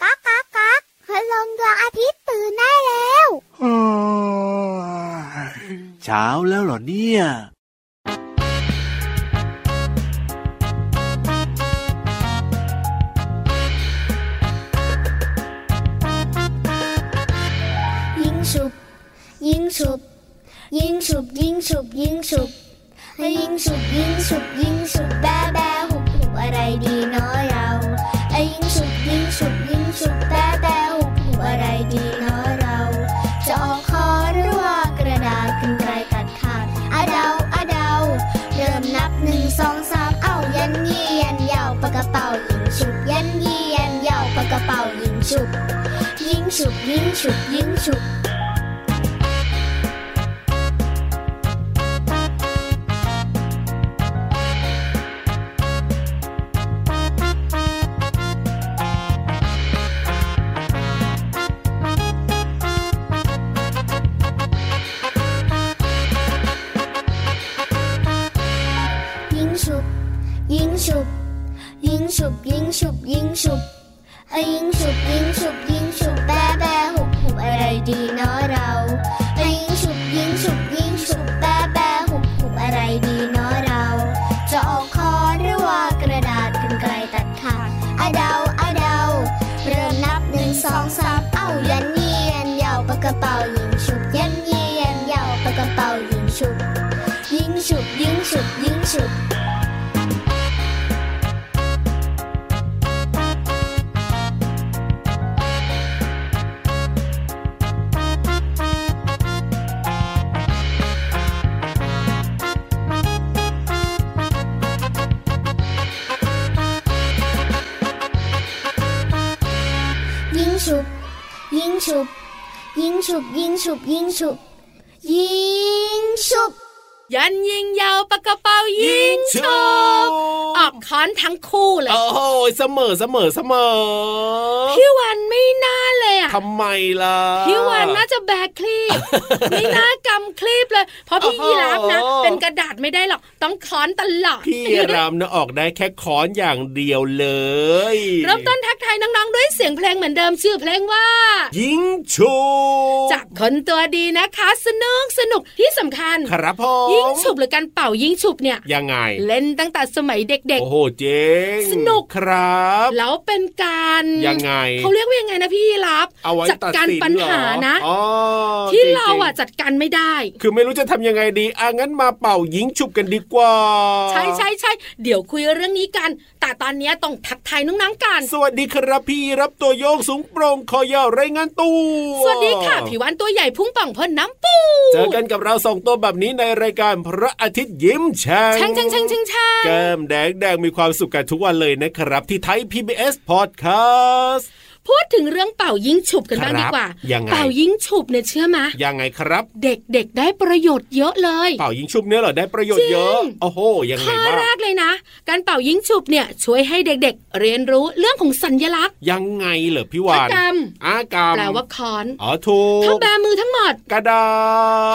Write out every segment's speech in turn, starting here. ก๊ากก๊ากก๊ากพลงดวงอาทิตย์ตื่นได้แล้ว เช้าแล้วเหรอเนี่ย ยิงฉุบยิงฉุบยิงฉุบยิงฉุบยิงฉุบให้ยิงฉุบยิงฉุบยิงฉุบแบะแบะหุบหุบอะไรดีเนาะเราไอ้ยิงฉุบยิงฉุบยิงฉุบแบะแบะหุบหุบอะไรดีเนาะเราจะออกคอหรือว่ากระดาษกันไกรตัดขาดอะเดาอะเดาเริ่มนับหนึ่งสองสามเอ้ายันยี่ยันยาวปากกระเป๋ายิงฉุบยันยี่ยันยาวปากกระเป๋ายิงฉุบ ยิงฉุบยิงฉุบยิงฉุบ ยิงฉุบยิงฉุบยิงฉุบยิงฉุบยิงฉุบเอ้ยยิงฉุบยิงฉุบยิงฉุบแบะแบะหุบหุบอะไรดีเนาะเราเอ้ยยิงฉุบยิงฉุบยิงฉุบแบะแบะหุบหุบอะไรดีเนาะเรา จะออกคอหรือว่ากระดาษกันไกลตัดขาดอะเดาอะเดาเริ่มนับหนึ่งสองสามเอ้ายันยี่ยันยาวปากกระเป๋ายิงฉุบยันยี่ยันยาวปากกระเป๋ายิงฉุบยิงฉุบยิงฉุบยิงฉุบ ยิงฉุบยิงฉุบยิงฉุบยิงฉุบยิงฉุบยิงฉุบ ยันยิงยาวปากกระเป๋ายิงชกออกค้อนทั้งคู่เลย โอ้โหเสมอเสมอเสมอ พี่วันไม่น่าเลยอะ ทำไมล่ะ พี่วันน่าจะแบกคลี ปไม่น่ากำคลีปเลย เพราะพี่ โอ้โห ยีราฟนะ เป็นกระดาษไม่ได้หรอก ต้องค้อนตลอด พี่รามนะออกได้แค่ค้อนอย่างเดียวเลย เริ่มต้นทักทายน้องๆ ด้วยเสียงเพลงเหมือนเดิมชื่อเพลงว่า ยิงชุบ จากคนตัวดีนะคะ สนุกสนุกที่สำคัญ ครับพ่อ ยิงฉุบหรือการเป่ายิงฉุบเนี่ย ยังไง เล่นตั้งแต่สมัยเด็ก โอ้โหเจ๊ง สนุก ครับ แล้วเป็นการ ยังไง เขาเรียกว่ายังไงนะพี่ยีรับ เอาไว้ จัด ตัด การ สิน ปัญหานะ เหรออ๋อ ที่เรา จงๆ อ่ะจัดการไม่ได้ คือไม่รู้จะทำยังไงดีอ่ะงั้นมาเป่ายิงฉุบกันดีกว่า ใช่ใช่ใช่เดี๋ยวคุยเรื่องนี้กัน แต่ตอนเนี้ยต้องทักทายน้องๆกัน สวัสดีครับพี่รับตัวโยงสูงโปร่งคอยาวไรายงานตู้ สวัสดีค่ะผิววันตัวใหญ่พุ่งป่องพ่นน้ำปู เจอกันกับเราสองตัวแบบนี้ในรายการพระอาทิตย์ยิ้มแฉ่ ช่างช่างช่างช่างช่าง แก้มแดงแดงมีความสุขกันทุกวันเลยนะครับ ที่ไทย PBS Podcast พูดถึงเรื่องเป่ายิงฉุบกันบ้าง ครับ ดีกว่า ยังไง เป่ายิงฉุบเนี่ยเชื่อมะ ยังไงครับ เด็กๆได้ประโยชน์เยอะเลย เป่ายิงชุบเนี่ยเหรอได้ประโยชน์เยอะ จริง โอ้โหยังไง ข้อ บ้าง แรกเลยนะ การเป่ายิงฉุบเนี่ยช่วยให้เด็กๆ เรียนรู้เรื่องของสัญลักษณ์ ยังไงเหรอพี่วาน กรรม อากรรม แปลว่าค้อน อ๋อถู ถ้าก แบมือทั้งหมด กระดา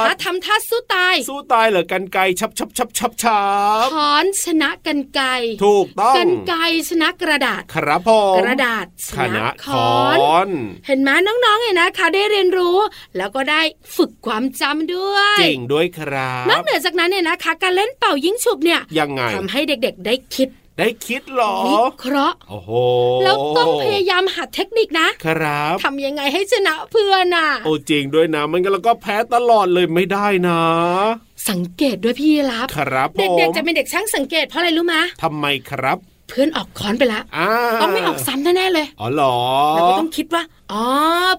ถ้า ษ ทำท่าสู้ตาย สู้ตายเหรอกันไกลชับชับชับชับชับ ค้อนชนะกันไกร ถูกต้อง กันไกรชนะกระดาษ ครับผม กระดาษช คณะ นะ ค ค้อ อน น เห็นไหมน้องๆเนี่ยนะคะ ได้เรียนรู้ แล้วก็ได้ฝึกความจำด้วย เจ๋งด้วยครับ นอกเหนือจากนั้นเนี่ยนะคะ การเล่นเป่ายิงฉุบเนี่ย ยังไง ทำให้เด็กๆ ได้คิด ได้คิดเหรอ วิเคราะห์ โอ้โห แล้วต้องพยายามหัดเทคนิคนะครับ ทำยังไงให้ชนะเพื่อนอ่ะ โอ้จริงด้วยนะ มันก็แล้วก็แพ้ตลอดเลยไม่ได้นะ สังเกตด้วยพี่รับ ครับผม เด็กๆจะเป็นเด็กช่างสังเกตเพราะอะไรรู้มะ ทำไมครับ เพื่อนออกค้อนไปละ อ่า ต้องไม่ออกซ้ำแน่ๆเลย อ๋อเหรอ เราก็ต้องคิดว่าอ๋อ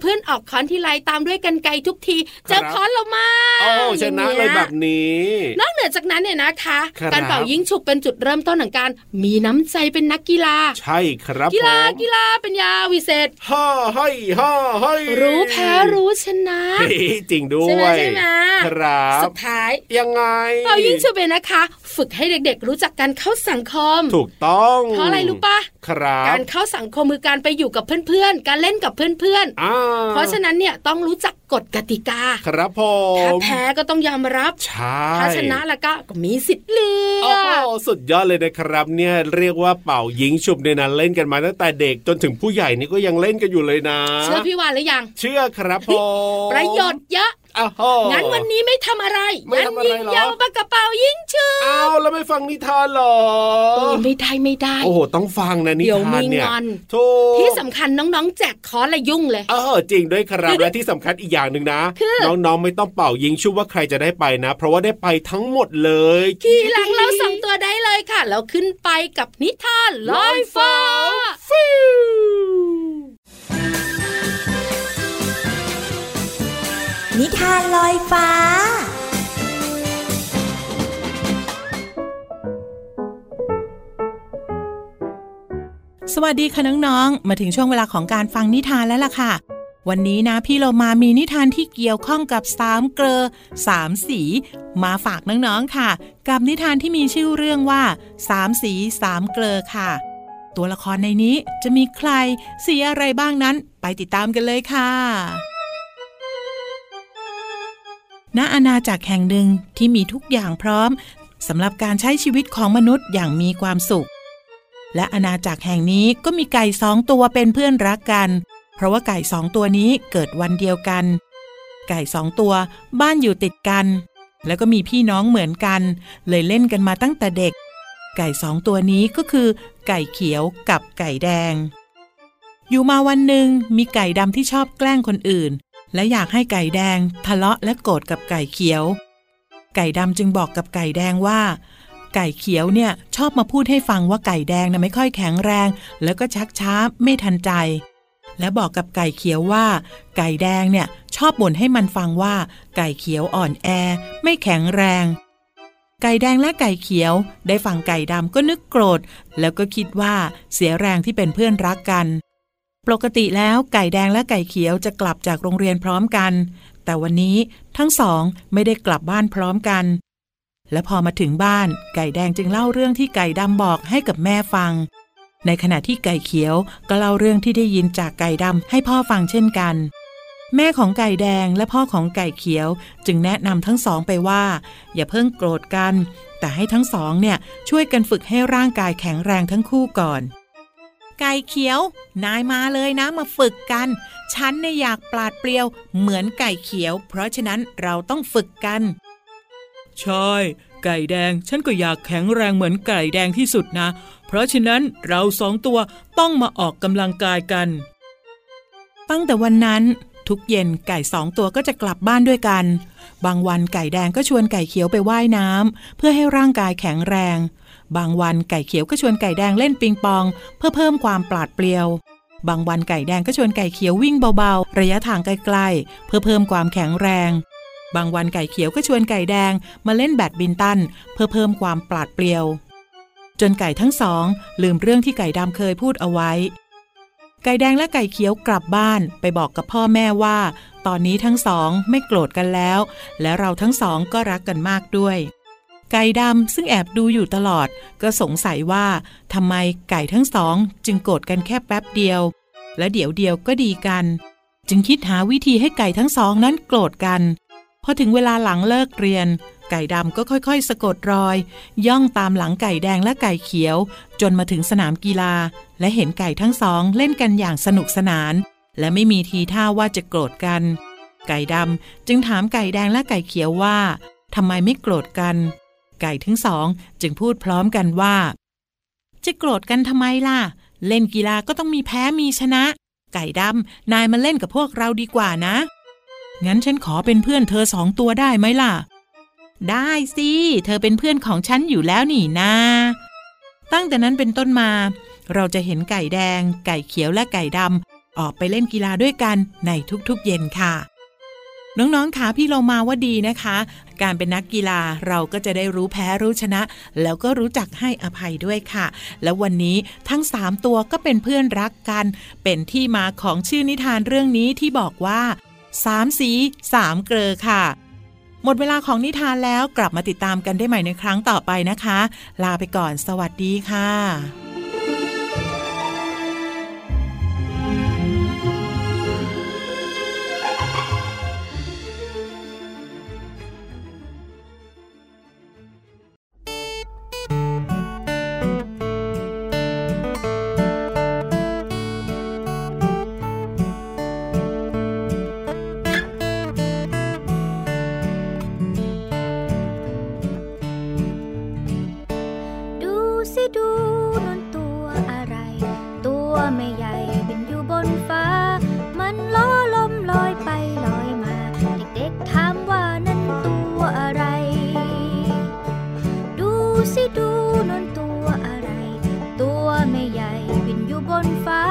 เพื่อนออกค้อนที่ไรตามด้วยกันไกลทุกทีเจอ ครับ ค้อนเรามา โอ้ชนะเลย อางงี้ แบบนี้ นอกเหนือจากนั้นเนี่ยนะคะ ครับ การเป่ายิงฉุบเป็นจุดเริ่มต้นของการ มีน้ำใจเป็นนักกีฬา ใช่ครับ กีฬา ผม กีฬาเป็นยาวิเศษ ฮ่าให้ฮ่าให้ รู้แพ้รู้ชนะ เฮ้ยจริงด้วย ใช่ไหมใช่ไหม ครับ สุดท้าย ยังไง เป่ายิงฉุบเนี่ยนะคะ ฝึกให้เด็กๆ รู้จักการเข้าสังคม ถูกต้อง เพราะอะไรรู้ปะ ครับ การเข้าสังคมคือการไปอยู่กับเพื่อนๆ การเล่นกับเพื่อน อ่า ๆ เพราะฉะนั้นเนี่ยต้องรู้จักกฎกติกา ครับผ ถ้าม แพ้ก็ต้องยอมรับ ใช่ ถ้าชนะแล้วก็ก็มีสิทธิ์เลื โอ้ อ โห ก สุดยอดเลยนะครับ เนี่ยเรียกว่าเป่ายิงฉุบเนี่ยนะเล่นกันมาตั้งแต่เด็กจนถึงผู้ใหญ่นี่ก็ยังเล่นกันอยู่เลยนะ เชื่อพี่วานหรือยัง เชื่อครับผม ประโยชน์เยอะ อ้าวโห งั้นวันนี้ไม่ทำอะไร ไม่ งั้น ทำอะไร ยิง เหรอ ยาวปากกระเป๋ายิงชื่อ อ้าวแล้วไม่ฟังนิทานเหรอ โอ้ไม่ได้ไม่ได้ โอ้โห ต้องฟังนะนิ เดี๋ยว ทานเนี่ย มีงอน ถูก ที่สำคัญน้องๆ แจกคอนและยุ่งเลย เออจริงด้วยครับ และที่สำคัญอีกอย่างหนึ่งนะ คือ น้องๆ ไม่ต้องเป่ายิงชุบว่าใครจะได้ไปนะ เพราะว่าได้ไปทั้งหมดเลย ขี่หลังเราสองตัวได้เลยค่ะ แล้วขึ้นไปกับนิทานลอยฟ้า นิทานลอยฟ้า สวัสดีค่ะน้องๆ มาถึงช่วงเวลาของการฟังนิทานแล้วล่ะค่ะ วันนี้นะพี่เรามามีนิทานที่เกี่ยวข้องกับสามเกลอสามสี มาฝากน้องๆค่ะ กับนิทานที่มีชื่อเรื่องว่าสามสีสามเกลอค่ะ ตัวละครในนี้จะมีใครสีอะไรบ้างนั้นไปติดตามกันเลยค่ะ ณอาณาจักรแห่งหนึ่งที่มีทุกอย่างพร้อมสำหรับการใช้ชีวิตของมนุษย์อย่างมีความสุข และอาณาจักรแห่งนี้ก็มีไก่สองตัวเป็นเพื่อนรักกัน เพราะว่าไก่สองตัวนี้เกิดวันเดียวกัน ไก่สองตัวบ้านอยู่ติดกัน แล้วก็มีพี่น้องเหมือนกัน เลยเล่นกันมาตั้งแต่เด็ก ไก่สองตัวนี้ก็คือ ไก่เขียวกับไก่แดง อยู่มาวันหนึ่งมีไก่ดำที่ชอบแกล้งคนอื่น และอยากให้ไก่แดง ทะเลาะและโกรธกับไก่เขียว ไก่ดำจึงบอกกับไก่แดงว่า ไก่เขียวเนี่ยชอบมาพูดให้ฟังว่าไก่แดงนะไม่ค่อยแข็งแรง แล้วก็ชักช้าไม่ทันใจ และบอกกับไก่เขียวว่า ไก่แดงเนี่ยชอบบ่นให้มันฟังว่า ไก่เขียวอ่อนแอ ไม่แข็งแรง ไก่แดงและไก่เขียว ได้ฟังไก่ดำก็นึกโกรธ แล้วก็คิดว่าเสียแรงที่เป็นเพื่อนรักกัน ปกติแล้วไก่แดงและไก่เขียวจะกลับจากโรงเรียนพร้อมกัน แต่วันนี้ทั้งสองไม่ได้กลับบ้านพร้อมกัน และพอมาถึงบ้านไก่แดงจึงเล่าเรื่องที่ไก่ดำบอกให้กับแม่ฟัง ในขณะที่ไก่เขียวก็เล่าเรื่องที่ได้ยินจากไก่ดำให้พ่อฟังเช่นกัน แม่ของไก่แดงและพ่อของไก่เขียวจึงแนะนำทั้งสองไปว่า อย่าเพิ่งโกรธกัน แต่ให้ทั้งสองเนี่ยช่วยกันฝึกให้ร่างกายแข็งแรงทั้งคู่ก่อน ไก่เขียว นายมาเลยนะมาฝึกกัน ฉันเนี่ยอยากปลาดเปรียวเหมือนไก่เขียว เพราะฉะนั้นเราต้องฝึกกัน ใช่ ไก่แดงฉันก็อยากแข็งแรงเหมือนไก่แดงที่สุดนะ เพราะฉะนั้นเราสองตัวต้องมาออกกำลังกายกัน ตั้งแต่วันนั้น ทุกเย็นไก่สองตัวก็จะกลับบ้านด้วยกัน บางวันไก่แดงก็ชวนไก่เขียวไปว่ายน้ำเพื่อให้ร่างกายแข็งแรง บางวันไก่เขียวก็ชวนไก่แดงเล่นปิงปอง เพื่อเพิ่มความปลาดเปรียว บางวันไก่แดงก็ชวนไก่เขียววิ่งเบาๆ ระยะทางไกลๆ เพื่อเพิ่มความแข็งแรง บางวันไก่เขียวก็ชวนไก่แดงมาเล่นแบดบินตัน เพื่อเพิ่มความปลาดเปรียว จนไก่ทั้งสอง ลืมเรื่องที่ไก่ดำเคยพูดเอาไว้ ไก่แดงและไก่เขียวกลับบ้านไปบอกกับพ่อแม่ว่า ตอนนี้ทั้งสองไม่โกรธกันแล้ว และเราทั้งสองก็รักกันมากด้วย ไก่ดำซึ่งแอบดูอยู่ตลอด ก็สงสัยว่าทำไมไก่ทั้งสองจึงโกรธกันแค่แป๊บเดียว และเดี๋ยวเดียวก็ดีกัน จึงคิดหาวิธีให้ไก่ทั้งสองนั้นโกรธกัน พอถึงเวลาหลังเลิกเรียน ไก่ดำก็ค่อยๆ สะกดรอย ย่องตามหลังไก่แดงและไก่เขียว จนมาถึงสนามกีฬา และเห็นไก่ทั้งสองเล่นกันอย่างสนุกสนาน และไม่มีทีท่าว่าจะโกรธกัน ไก่ดำจึงถามไก่แดงและไก่เขียวว่าทำไมไม่โกรธกัน ไก่ทั้งสองจึงพูดพร้อมกันว่า จะโกรธกันทำไมล่ะ เล่นกีฬาก็ต้องมีแพ้มีชนะ ไก่ดำนายมาเล่นกับพวกเราดีกว่านะ งั้นฉันขอเป็นเพื่อนเธอสองตัวได้ไหมล่ะ ได้สิ เธอเป็นเพื่อนของฉันอยู่แล้วนี่นาตั้งแต่นั้นเป็นต้นมา เราจะเห็นไก่แดง ไก่เขียวและไก่ดำออกไปเล่นกีฬาด้วยกันในทุกๆเย็นค่ะ น้องๆคะพี่เรามาว่าดีนะคะ การเป็นนักกีฬาเราก็จะได้รู้แพ้รู้ชนะ แล้วก็รู้จักให้อภัยด้วยค่ะ แล้ววันนี้ทั้ง 3 ตัวก็เป็นเพื่อนรักกัน เป็นที่มาของชื่อนิทานเรื่องนี้ที่บอกว่า 3 สี 3 เกลอค่ะ หมดเวลาของนิทานแล้วกลับมาติดตามกันได้ใหม่ในครั้งต่อไปนะคะ ลาไปก่อนสวัสดีค่ะ นฟ้า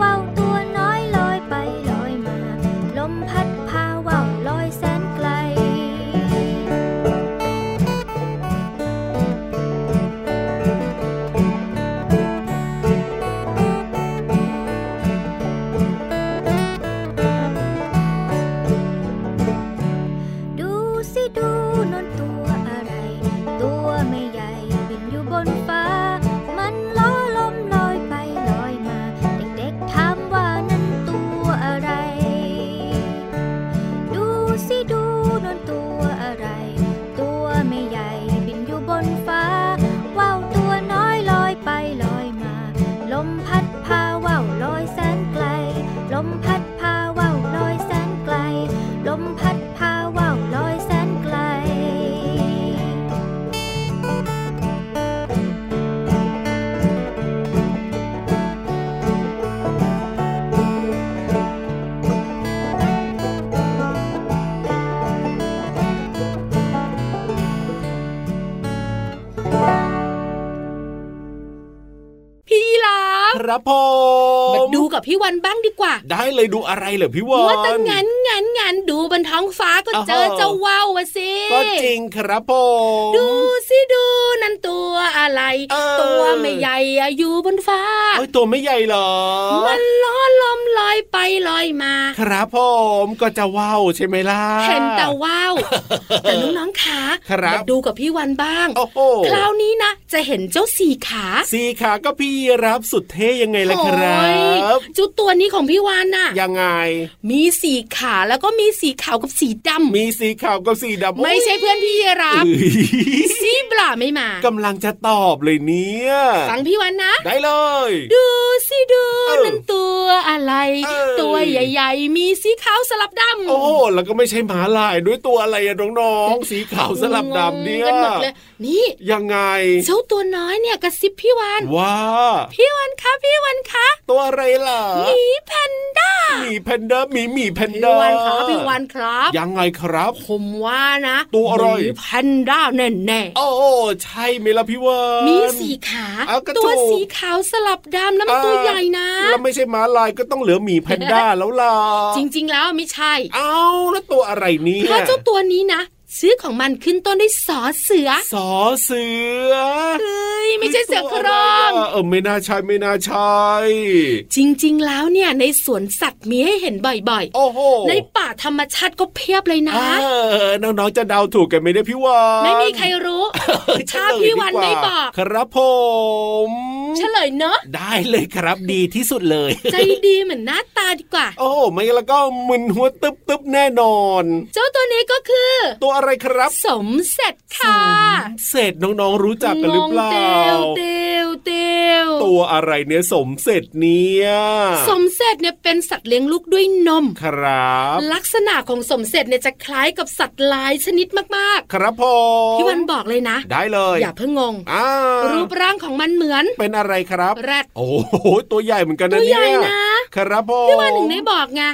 ว่าวตัวน้อยลอยไปลอยมา ลมพัดพาว่าวลอยแสนไกล ดูสิดูนนตัวอะไร ตัวไม่ใหญ่บินอยู่บนฟ้า มันล้อลมลอยไปลอยมา เด็กๆถามว่านั่นตัวอะไร ดูสิดูนนตัวอะไร ตัวไม่ใหญ่บินอยู่บนฟ้า ว่าวตัวน้อยลอยไปลอยมา ลมพัดพาว่าวลอยแสนไกล ลมพัดพาว่าวลอยแสนไกล ลมพัดพาว่าวลอยแสนไกล พี่ลับ ครับผม มาดูกับพี่วันบ้างดีกว่า ได้เลยดูอะไรเหรอพี่วอ ว่าน แต่งันงันงันดูบนท้องฟ้าก็ อ้าว เจอเจ้าว่าวอะสิ ก็จริงครับผม ดูสิดูนั่นตัวอะไร เออ ตัวไม่ใหญ่อะอยู่บนฟ้า เอ้ยตัวไม่ใหญ่เหรอ มันล้อลมลอยไปลอยมา ครับผมก็จะว่าวใช่ไหมล่ะ เห็นแต่ ว่าวแต่น้องๆขา ครับ มาดูกับพี่วันบ้าง โอ้โห คราวนี้นะ จะเห็นเจ้าสี่ขา สี่ขาก็พี่รับสุดเท่ยังไงล่ะครับโอ้ยเจุดตัวนี้ของพี่วานน่ะ ยังไง มีสีขาแล้วก็มีสีขาวกับสีดำ มีสีขาวกับสีดำ ไม่ใช่เพื่อนพี่ยีรั อุ๊ บ ย ซีบล่าไม่มาก ำลังจะตอบเลยเนี่ย ฟังพี่วันนะ ได้เลย ดูสิดู เออ นั่นตัวอะไร เออ ตัวใหญ่ๆ มีสีขาวสลับดำ โอ้โหแล้วก็ไม่ใช่หมาลายด้วยตัวอะไรอะน้องๆสีขาวสลับดำเนี่ย งงกันหมดเลยนี่ ยังไง เจ้าตัวน้อยเนี่ยกระซิบพี่วัน ว่า พี่วันคะพี่วันคะ ตัวอะไรล่ะ หมีแพนด้า หมีแพนเดอร์มีหมีแพน พี่ เดอร์ วันครับพี่วันครับ ยังไงครับ ผมว่านะ ตัวอะไร หมีแพนด้าแน่ๆ โอ้ใช่ไหมล่ะพี่วาน มีสีขา เอากระจก ตัวสีขาวสลับดำแล้วมันตัวใหญ่นะ แล้วไม่ใช่หมาลายก็ต้องเหลือหมีแพนด้าแล้วล่ะ จริงๆ แล้วไม่ใช่ เอ้าแล้วตัวอะไรเนี่ย เพราะเจ้าตัวนี้นะชื่อของมันขึ้นต้นด้วยสอเสือ สอเสือ เอ้ยไม่ใช่เสือโครอง ตัวะไะเออไม่น่าใช่ไม่น่าใช่ จริงๆ แล้วเนี่ยในสวนสัตว์มีให้เห็นบ่อย โอ้โห ๆ ในป่าธรรมชาติก็เพียบเลยนะ เออน้องๆจะเดาถูกกันไหมเนี่ยพี่วาน ไม่มีใครรู้ ถ้า เฉลย พี่วัน ดีา ไม่บอก ครับผม เฉลยเนอะ ได้เลยครับดีที่สุดเลย ใจดีเหมือนหน้าตาดีกว่า โอ้ไม่แล้วก็มึนหัวตึบตึบๆแน่นอน เจ้าตัวนี้ก็คือ ตัวอะไรครับ สมเสร็จค่ะ เศษน้องๆรู้จักกันหรือเปล่า งงเตวเตวเตว ตัวอะไรเนี่ยสมเสร็จเนี่ย สมเสร็จเนี่ยเป็นสัตว์เลี้ยงลูกด้วยนม ครับ ลักษณะของสมเสร็จเนี่ยจะคล้ายกับสัตว์หลายชนิดมาก ครับผ ๆ ม พี่วันบอกเลยนะ ได้เลย อย่าเพิ่งงง อ่า รูปร่างของมันเหมือน เป็นอะไรครับ แรด โอ้โหตัวใหญ่เหมือนกัน ตั นะ ว เนี่ ให ย ญ่นะครับ ผม พี่วันถึงได้บอกไง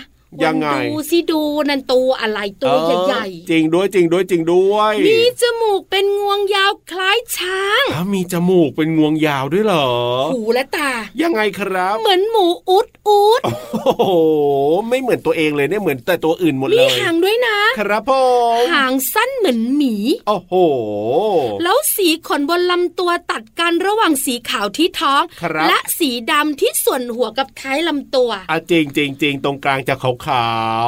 ยังไง วันดูสิดูนันตัวอะไรตัว เออ ใหญ่ จริงด้วยจริงด้วยจริงด้วย ๆมีจมูกเป็นงวงยาวคล้ายช้าง อ้าวมีจมูกเป็นงวงยาวด้วยเหรอ หูและตา ยังไงครับ เหมือนหมูอุดอุด โอ้โหไม่เหมือนตัวเองเลยเนี่ยเหมือนแต่ตัวอื่นหมด มี เลย หางด้วยนะ ครับผม หางสั้นเหมือนหมี โอ้โห แล้วสีขนบนลำตัวตัดกันระหว่างสีขาวที่ท้อง ครับ และสีดำที่ส่วนหัวกับท้ายลำตัว อ่ะจริงจริงจริงตรงกลางจะขา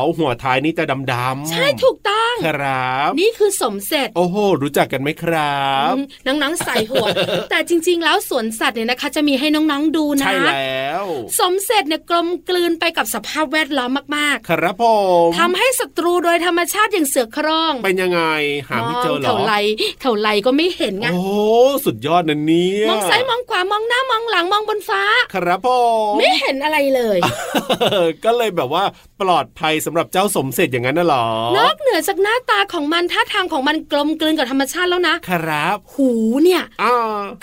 วๆหัวท้ายนี่จะดำๆ ใช่ถูกต้อง ครับ นี่คือสมเสร็จ โอ้โห รู้จักกันไหมครับ อืมน้องๆใส่ หัว แต่จริง ๆ แล้วสวนสัตว์เนี่ยนะคะ จะมีให้น้องๆดูนะ ใช่แล้ว สมเสร็จเนี่ยกลมกลืนไปกับสภาพแวดล้อมมาก ครับผม ๆทำให้ศัตรูโดยธรรมชาติอย่างเสือโคร่อง เป็นยังไง หาไม่เจอ มง เหร เท่า อ ไหรเท่าไหรก็ไม่เห็นไง โอ้โหสุดยอดนะเนี่ย มองซ้ายมองขวามองหน้ามองหลังมองบนฟ้า ครับผม ไม่เห็นอะไรเลย ก็เลยแบบว่า แป ลอดภัยสำหรับเจ้าสมเสร็จอย่างนั้นน่ะหรอน อกเหนือจากหน้าตาของมันท่าทางของมันกลมกลืนกับธรรมชาติแล้วนะ ครับ หูเนี่ย อ้า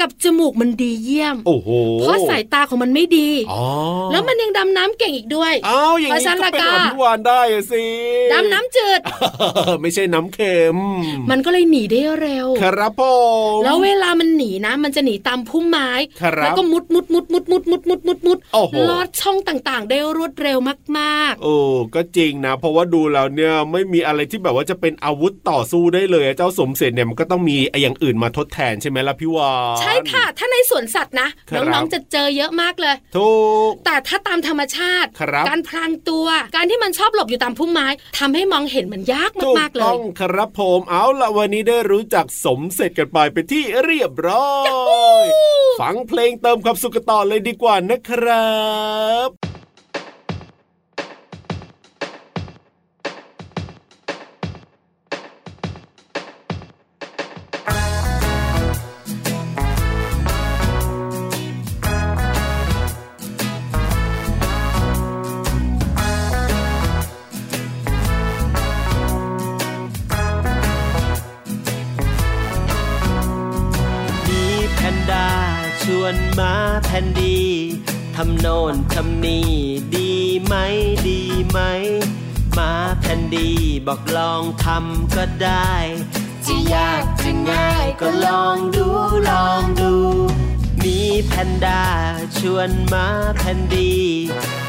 กับจมูกมันดีเยี่ยม โอ้โห เพราะสายตาของมันไม่ดี อ๋อ แล้วมันยังดำน้ำเก่งอีกด้วย อ้าวอย่าง เพ นี้ ราะฉะนั้น ก็เป็นอ ล่ะก็ ภิวานได้อะสิ ดำน้ำจืด ไม่ใช่น้ำเค็ม มันก็เลยหนีได้เร็ว ครับผม แล้วเวลามันหนีนะ มันจะหนีตามพุ่มไม้ ครับ แล้วก็มุดมุดมุดมุดมุดมุดมุดมุดมุด โอ้โห ลอดช่องต่างๆ ได้รวดเร็วมาก โอ้ก็จริงนะ เพราะว่าดูแล้วเนี่ยไม่มีอะไรที่แบบว่าจะเป็นอาวุธต่อสู้ได้เลยอะเจ้าสมเสร็จเนี่ยมันก็ต้องมีไอ้อย่างอื่นมาทดแทนใช่ไหมล่ะพี่วาน ๆ ใช่ค่ะ ถ้าในสวนสัตว์นะ ครับ น้องๆ จะเจอเยอะมากเลย ถูก แต่ถ้าตามธรรมชาติ ครับ การพรางตัว การที่มันชอบหลบอยู่ตามพุ่มไม้ทำให้มองเห็นมันยาก ถูก มากๆเล ต้ ย องครับผมเอาละวันนี้ได้รู้จักสมเสร็จกันไปเป็นที่เรียบร้อย ฟังเพลงเติมความสุขกันต่อเลยดีกว่านะครับ มีแพนด้าชวนมาแพนดี ทำโน่นทำนี่ดีไหมดีไหม มาแพนดีบอกลองทำก็ได้ จะยากจะง่ายก็ลองดูลองดู มีแพนด้าชวนมาแพนดี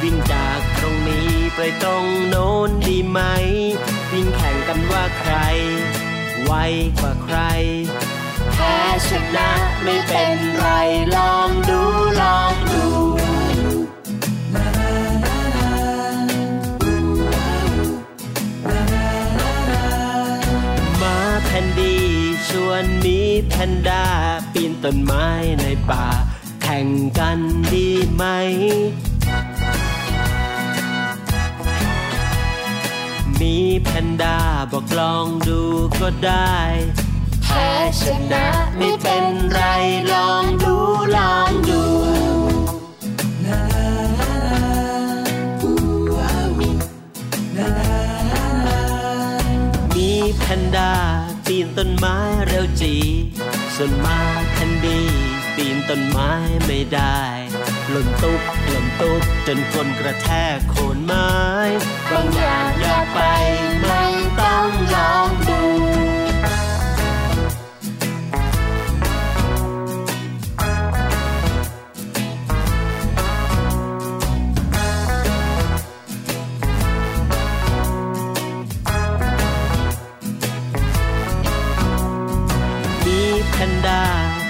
วิ่งจากตรงนี้ไปตรงโน้นดีไหม วิ่งแข่งกันว่าใคร ไวกว่าใคร แพ้ชนะไม่เป็นไรลองดูลองดู มาแพนดีชวนหมีแพนด้าปีนต้นไม้ในป่า แข่งกันดีไหม มีแพนด้าบอกลองดูก็ได้ แพ้ชนะไม่เป็นไรลองดูลองดู มีแพนด้าปีนต้นไม้เร็วจี ส่วนมาแพนดีปีนต้นไม้ไม่ได้หล่นตุ๊บหล่นตุ๊บจนคนกระแทกโคนไม้บางอย่างอย่าไปไม่ต้องลองดู มีแพนด้า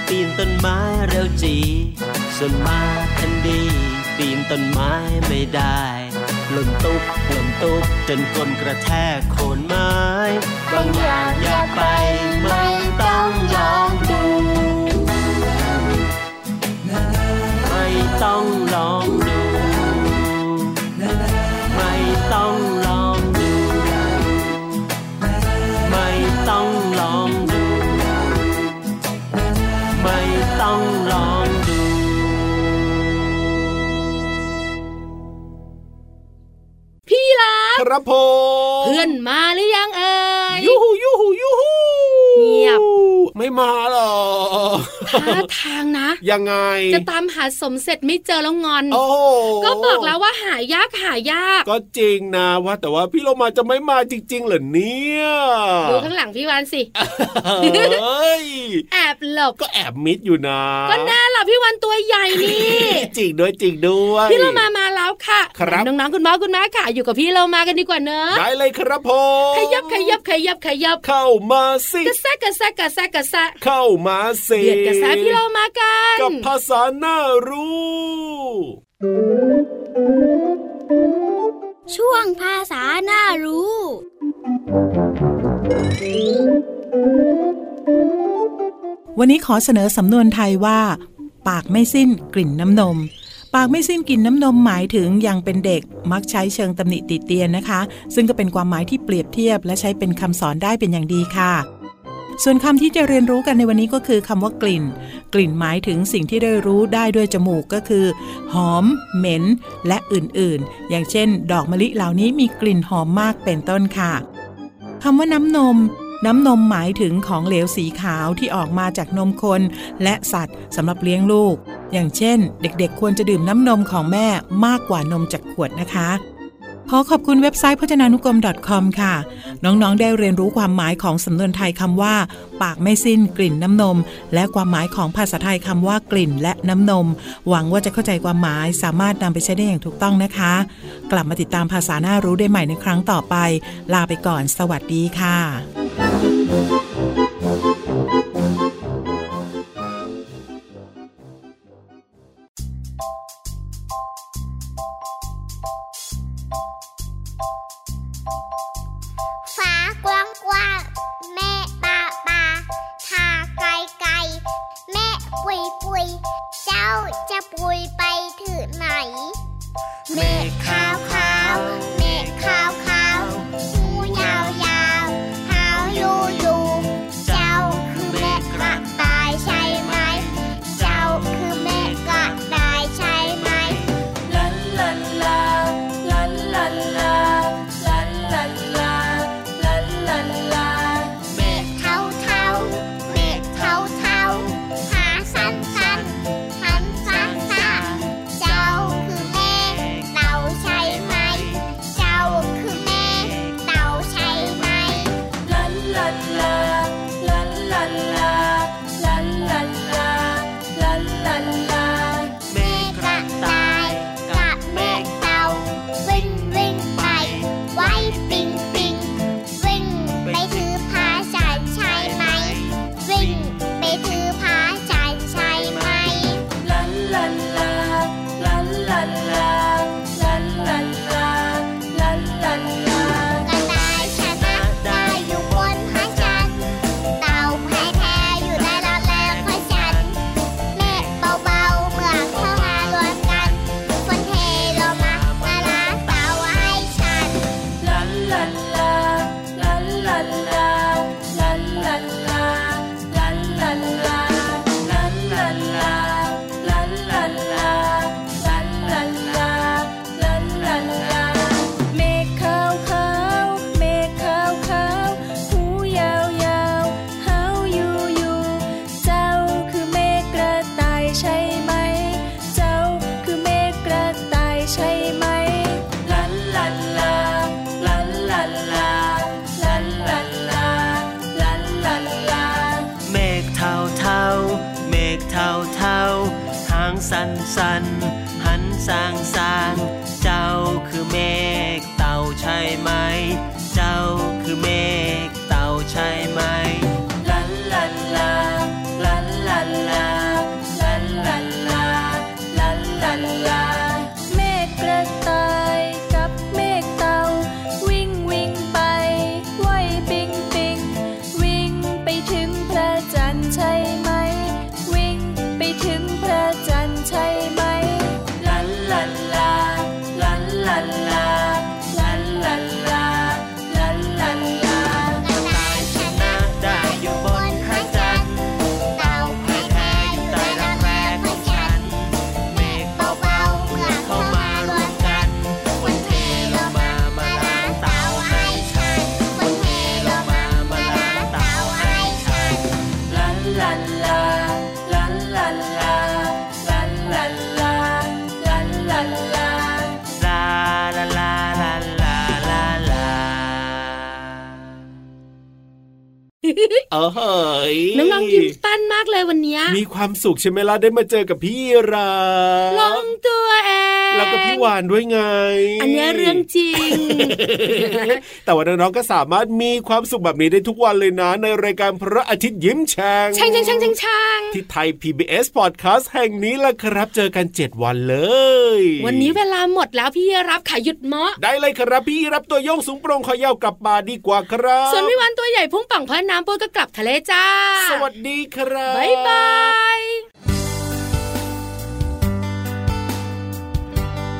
ปีนต้นไม้เร็วจี ส่วนมาแพนดีปีนต้นไม้ไม่ได้หล่นตุ๊บหล่นตุ๊บจนก้นกระแทกโคนไม้บางอย่างอย่าไปไม่ต้องลองดู ไม่ต้องลองดู ไม่ต้องลองดู ไม่ต้องลองดู ไม่ต้องลองดู พี่รัก ครับผม เพื่อนมาหรือยังเอ่ย ยูหูยูหูยูหู เงียบ ไม่มาหรอ ท่าทางนะ ยังไง จะตามหาสมเสร็จไม่เจอแล้วงอน โอ้โห ก็บอกแล้วว่าหายากหายาก ก็จริงนะว่า แต่ว่าพี่โลมาจะไม่มาจริง ๆ เหรอเนี่ย ดูข้างหลังพี่วานสิ เฮ้ย แอบหลบ ก็แอบมิดอยู่นะ ก็แน่ล่ะพี่วานตัวใหญ่นี่ จริงด้วยจริงด้วย พี่เรามามาแล้วค่ะ ครับ น้องๆคุณพ่อคุณแม่ค่ะ อยู่กับพี่เรามากันดีกว่าเนอะ ได้เลยครับผม ขยับขยับขยับขยับ เข้ามาสิ กระแซะกระแซะกระแซะกระแซะ เข้ามาสิ เบียดกระแซะพี่เรามากัน กับภาษาน่ารู้ ช่วงภาษาหน้ารู้ วันนี้ขอเสนอสำนวนไทยว่า ปากไม่สิ้นกลิ่นน้ำนม ปากไม่สิ้นกลิ่นน้ำนมหมายถึงยังเป็นเด็กมักใช้เชิงตำหนิติเตียนนะคะ ซึ่งก็เป็นความหมายที่เปรียบเทียบและใช้เป็นคำสอนได้เป็นอย่างดีค่ะ ส่วนคำที่จะเรียนรู้กันในวันนี้ก็คือคำว่ากลิ่น กลิ่นหมายถึงสิ่งที่ได้รู้ได้ด้วยจมูกก็คือ หอม เหม็น และอื่นๆ อย่างเช่น ดอกมะลิเหล่านี้มีกลิ่นหอมมากเป็นต้นค่ะ คำว่าน้ำนม น้ำนมหมายถึงของเหลวสีขาวที่ออกมาจากนมคน และสัตว์สำหรับเลี้ยงลูก อย่างเช่น เด็กๆ ควรจะดื่มน้ำนมของแม่มากกว่านมจากขวดนะคะ ขอขอบคุณเว็บไซต์พจนานุกรม .com ค่ะ น้องๆ ได้เรียนรู้ความหมายของสำนวนไทยคำว่า ปากไม่สิ้นกลิ่นน้ำนม และความหมายของภาษาไทยคำว่ากลิ่นและน้ำนม หวังว่าจะเข้าใจความหมายสามารถนำไปใช้ได้อย่างถูกต้องนะคะ กลับมาติดตามภาษาหน้ารู้ได้ใหม่ในครั้งต่อไป ลาไปก่อน สวัสดีค่ะ ฟ้ากว้างกว้างๆแม่ปาปาทาไกลไกลๆแม่ปุยปุยๆเจ้าจะปุยไปถึงไหน แม่ขาวขาวๆแม่ขาวขาวๆหูยาวยาวๆหาวยูยูๆเจ้าคือแม่กระต่ายใช่ไหม เจ้าคือแม่กระต่ายใช่ไหม เมฆเทาเทาๆเมฆเทาเทาๆหาสั้นสั้นๆหันซ่าซ่าๆเจ้าคือเมฆเต่าใช่ไหม เจ้าคือเมฆเต่าใช่ไหม เมฆกระต่ายกับเมฆเต่าวิ่งวิ่งไป ไว้ปิงปิงวิ่งไปถือพาฉันใช่ไหม วิ่งไปถือพาฉันใช่ไหม กระต่ายชนะได้อยู่บนพระจันทร์เต่าแพ้แพ้อยู่ได้รับแรงพระจันทร์เมฆเบาๆเหมือนเข้ามารวมกันฝนเทลงมามาล้างเต่าให้ฉัน เมฆขาวขาวเมฆขาวขาวหูยาวยาวหาวยูยูเจ้าคือเมฆกระต่ายใช่ไหม เจ้าคือเมฆกระต่ายใช่ไหม เมฆเทาเทาๆเมฆเทาเทาๆหางสันสันๆหันสางสางๆเจ้าคือเมฆเต่าใช่ไหม เจ้าคือเมฆเต่าใช่ไหม ลันลันลา ลันลันลา ลันลันลา ลันลันลา เมฆกระต่ายกับเมฆเต่าวิ่งวิ่งไปไหวปิงปิงวิ่งไปถึงพระจันทร์ใช่ไหม วิ่งไปถึงพระจันทร์ใช่ไหม ลันลันลา ลันลันลา ลันลันลา ลันลันลา กระต่ายชนะ ได้อยู่บนพระจันทร์ เต่าแพ้แพ้อยู่ได้รับแรงพระจันทร์ เมฆ เบาๆเหมือนเข้ามารวมกัน วันเทลงมามาล้างเต่าให้ฉันวันเทลงมามาล้างเต่าให้ฉัน ลันลันลา ลันลันลา ลันลันลา ลันลันลา ลาลาลาลาลาลาลา เออเฮ้ย น้องๆยิ้มแป้นมากเลยวันเนี้ย มีความสุขใช่ไหมล่ะได้มาเจอกับพี่รา ลองตัวเอง แล้วก็พี่วานด้วยไง อันเนี้ยเรื่องจริง แต่ว่าน้องๆก็สามารถมีความสุขแบบนี้ได้ทุกวันเลยนะ ในรายการพระอาทิตย์ยิ้มแฉ่ง ช่างช่างช่างช่างช่าง ที่ไทย PBS Podcast แห่งนี้ล่ะครับ เจอกัน 7 วันเลย วันนี้เวลาหมดแล้วพี่รับค่ะหยุดเมาะ ได้เลยครับพี่รับตัวโยงสูงโปรงขอยาวกลับมาดีกว่าครับ ส่วนพี่วันตัวใหญ่พุ่งป่องพระน้ำโปรยก็กลับทะเลจ้า สวัสดีครับ บ๊ายบาย 「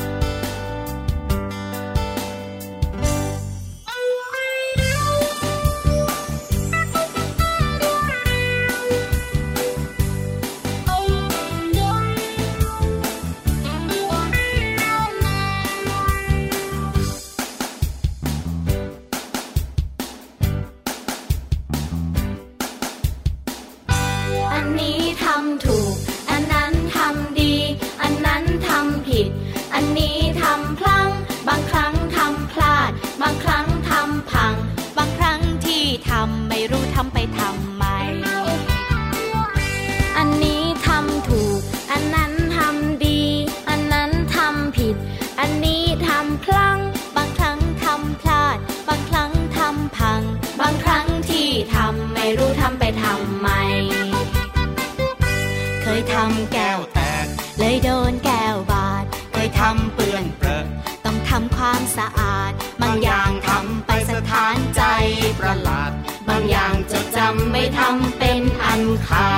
ทำเป็นอันขา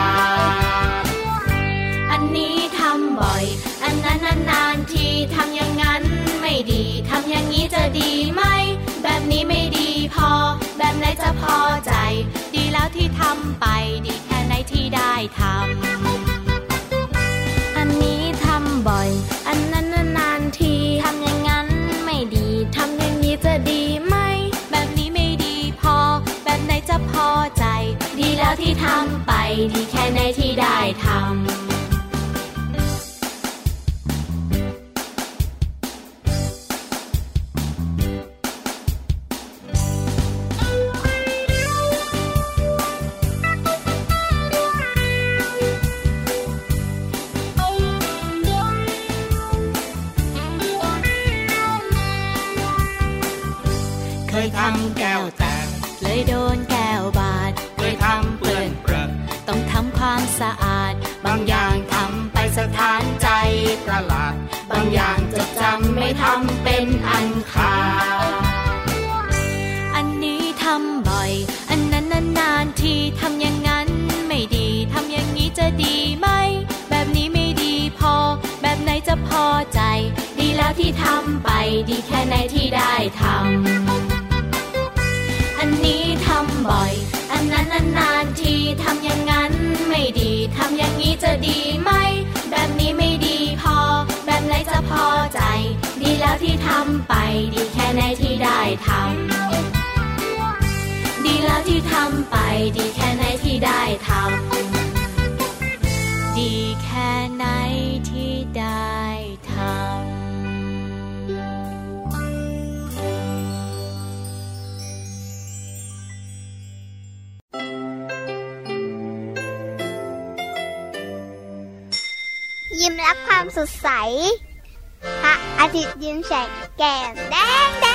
ด อันนี้ทำบ่อย อันนั้นนานๆทีทำอย่างนั้นไม่ดี ทำอย่างนี้จะดีไหม แบบนี้ไม่ดีพอ แบบไหนจะพอใจ ดีแล้วที่ทำไป ดีแค่ไหนที่ได้ทำ อันนี้ทำบ่อย อันนั้นนานๆทีทำอย่างนั้นไม่ดี ทำอย่างนี้จะดีไหม แบบนี้ไม่ดีพอ แบบไหนจะพอใจ ดีแล้วที่ทำไป ดีแค่ไหนที่ได้ทำ เคยทำแก้วแตก เลยโดนแก้วบาด เคยทำเปื้อนเปรอะ ต้องทำความสะอาด บางอย่างทำไปสถานใจ ประหลาด บางอย่างจดจำไม่ทำเป็นอันขาด อันนี้ทำบ่อย อันนั้นนานๆทีทำอย่างนั้นไม่ดี ทำอย่างนี้จะดีไหม แบบนี้ไม่ดีพอ แบบไหนจะพอใจ ดีแล้วที่ทำไป ดีแค่ไหนที่ได้ทำ อันนี้ทำบ่อย อันนั้นนานๆทีทำอย่างนั้นไม่ดี ทำอย่างนี้จะดีไหม แบบนี้ไม่ดีพอ แบบไหนจะพอใจ ดีแล้วที่ทำไป ดีแค่ไหนที่ได้ทำ ดีแล้วที่ทำไป ดีแค่ไหนที่ได้ทำ ดีแค่ไหนที่ได้ทำ ยิ้มรับความสดใส พระอาทิตย์ยิ้มแฉกแก้มแดงแดง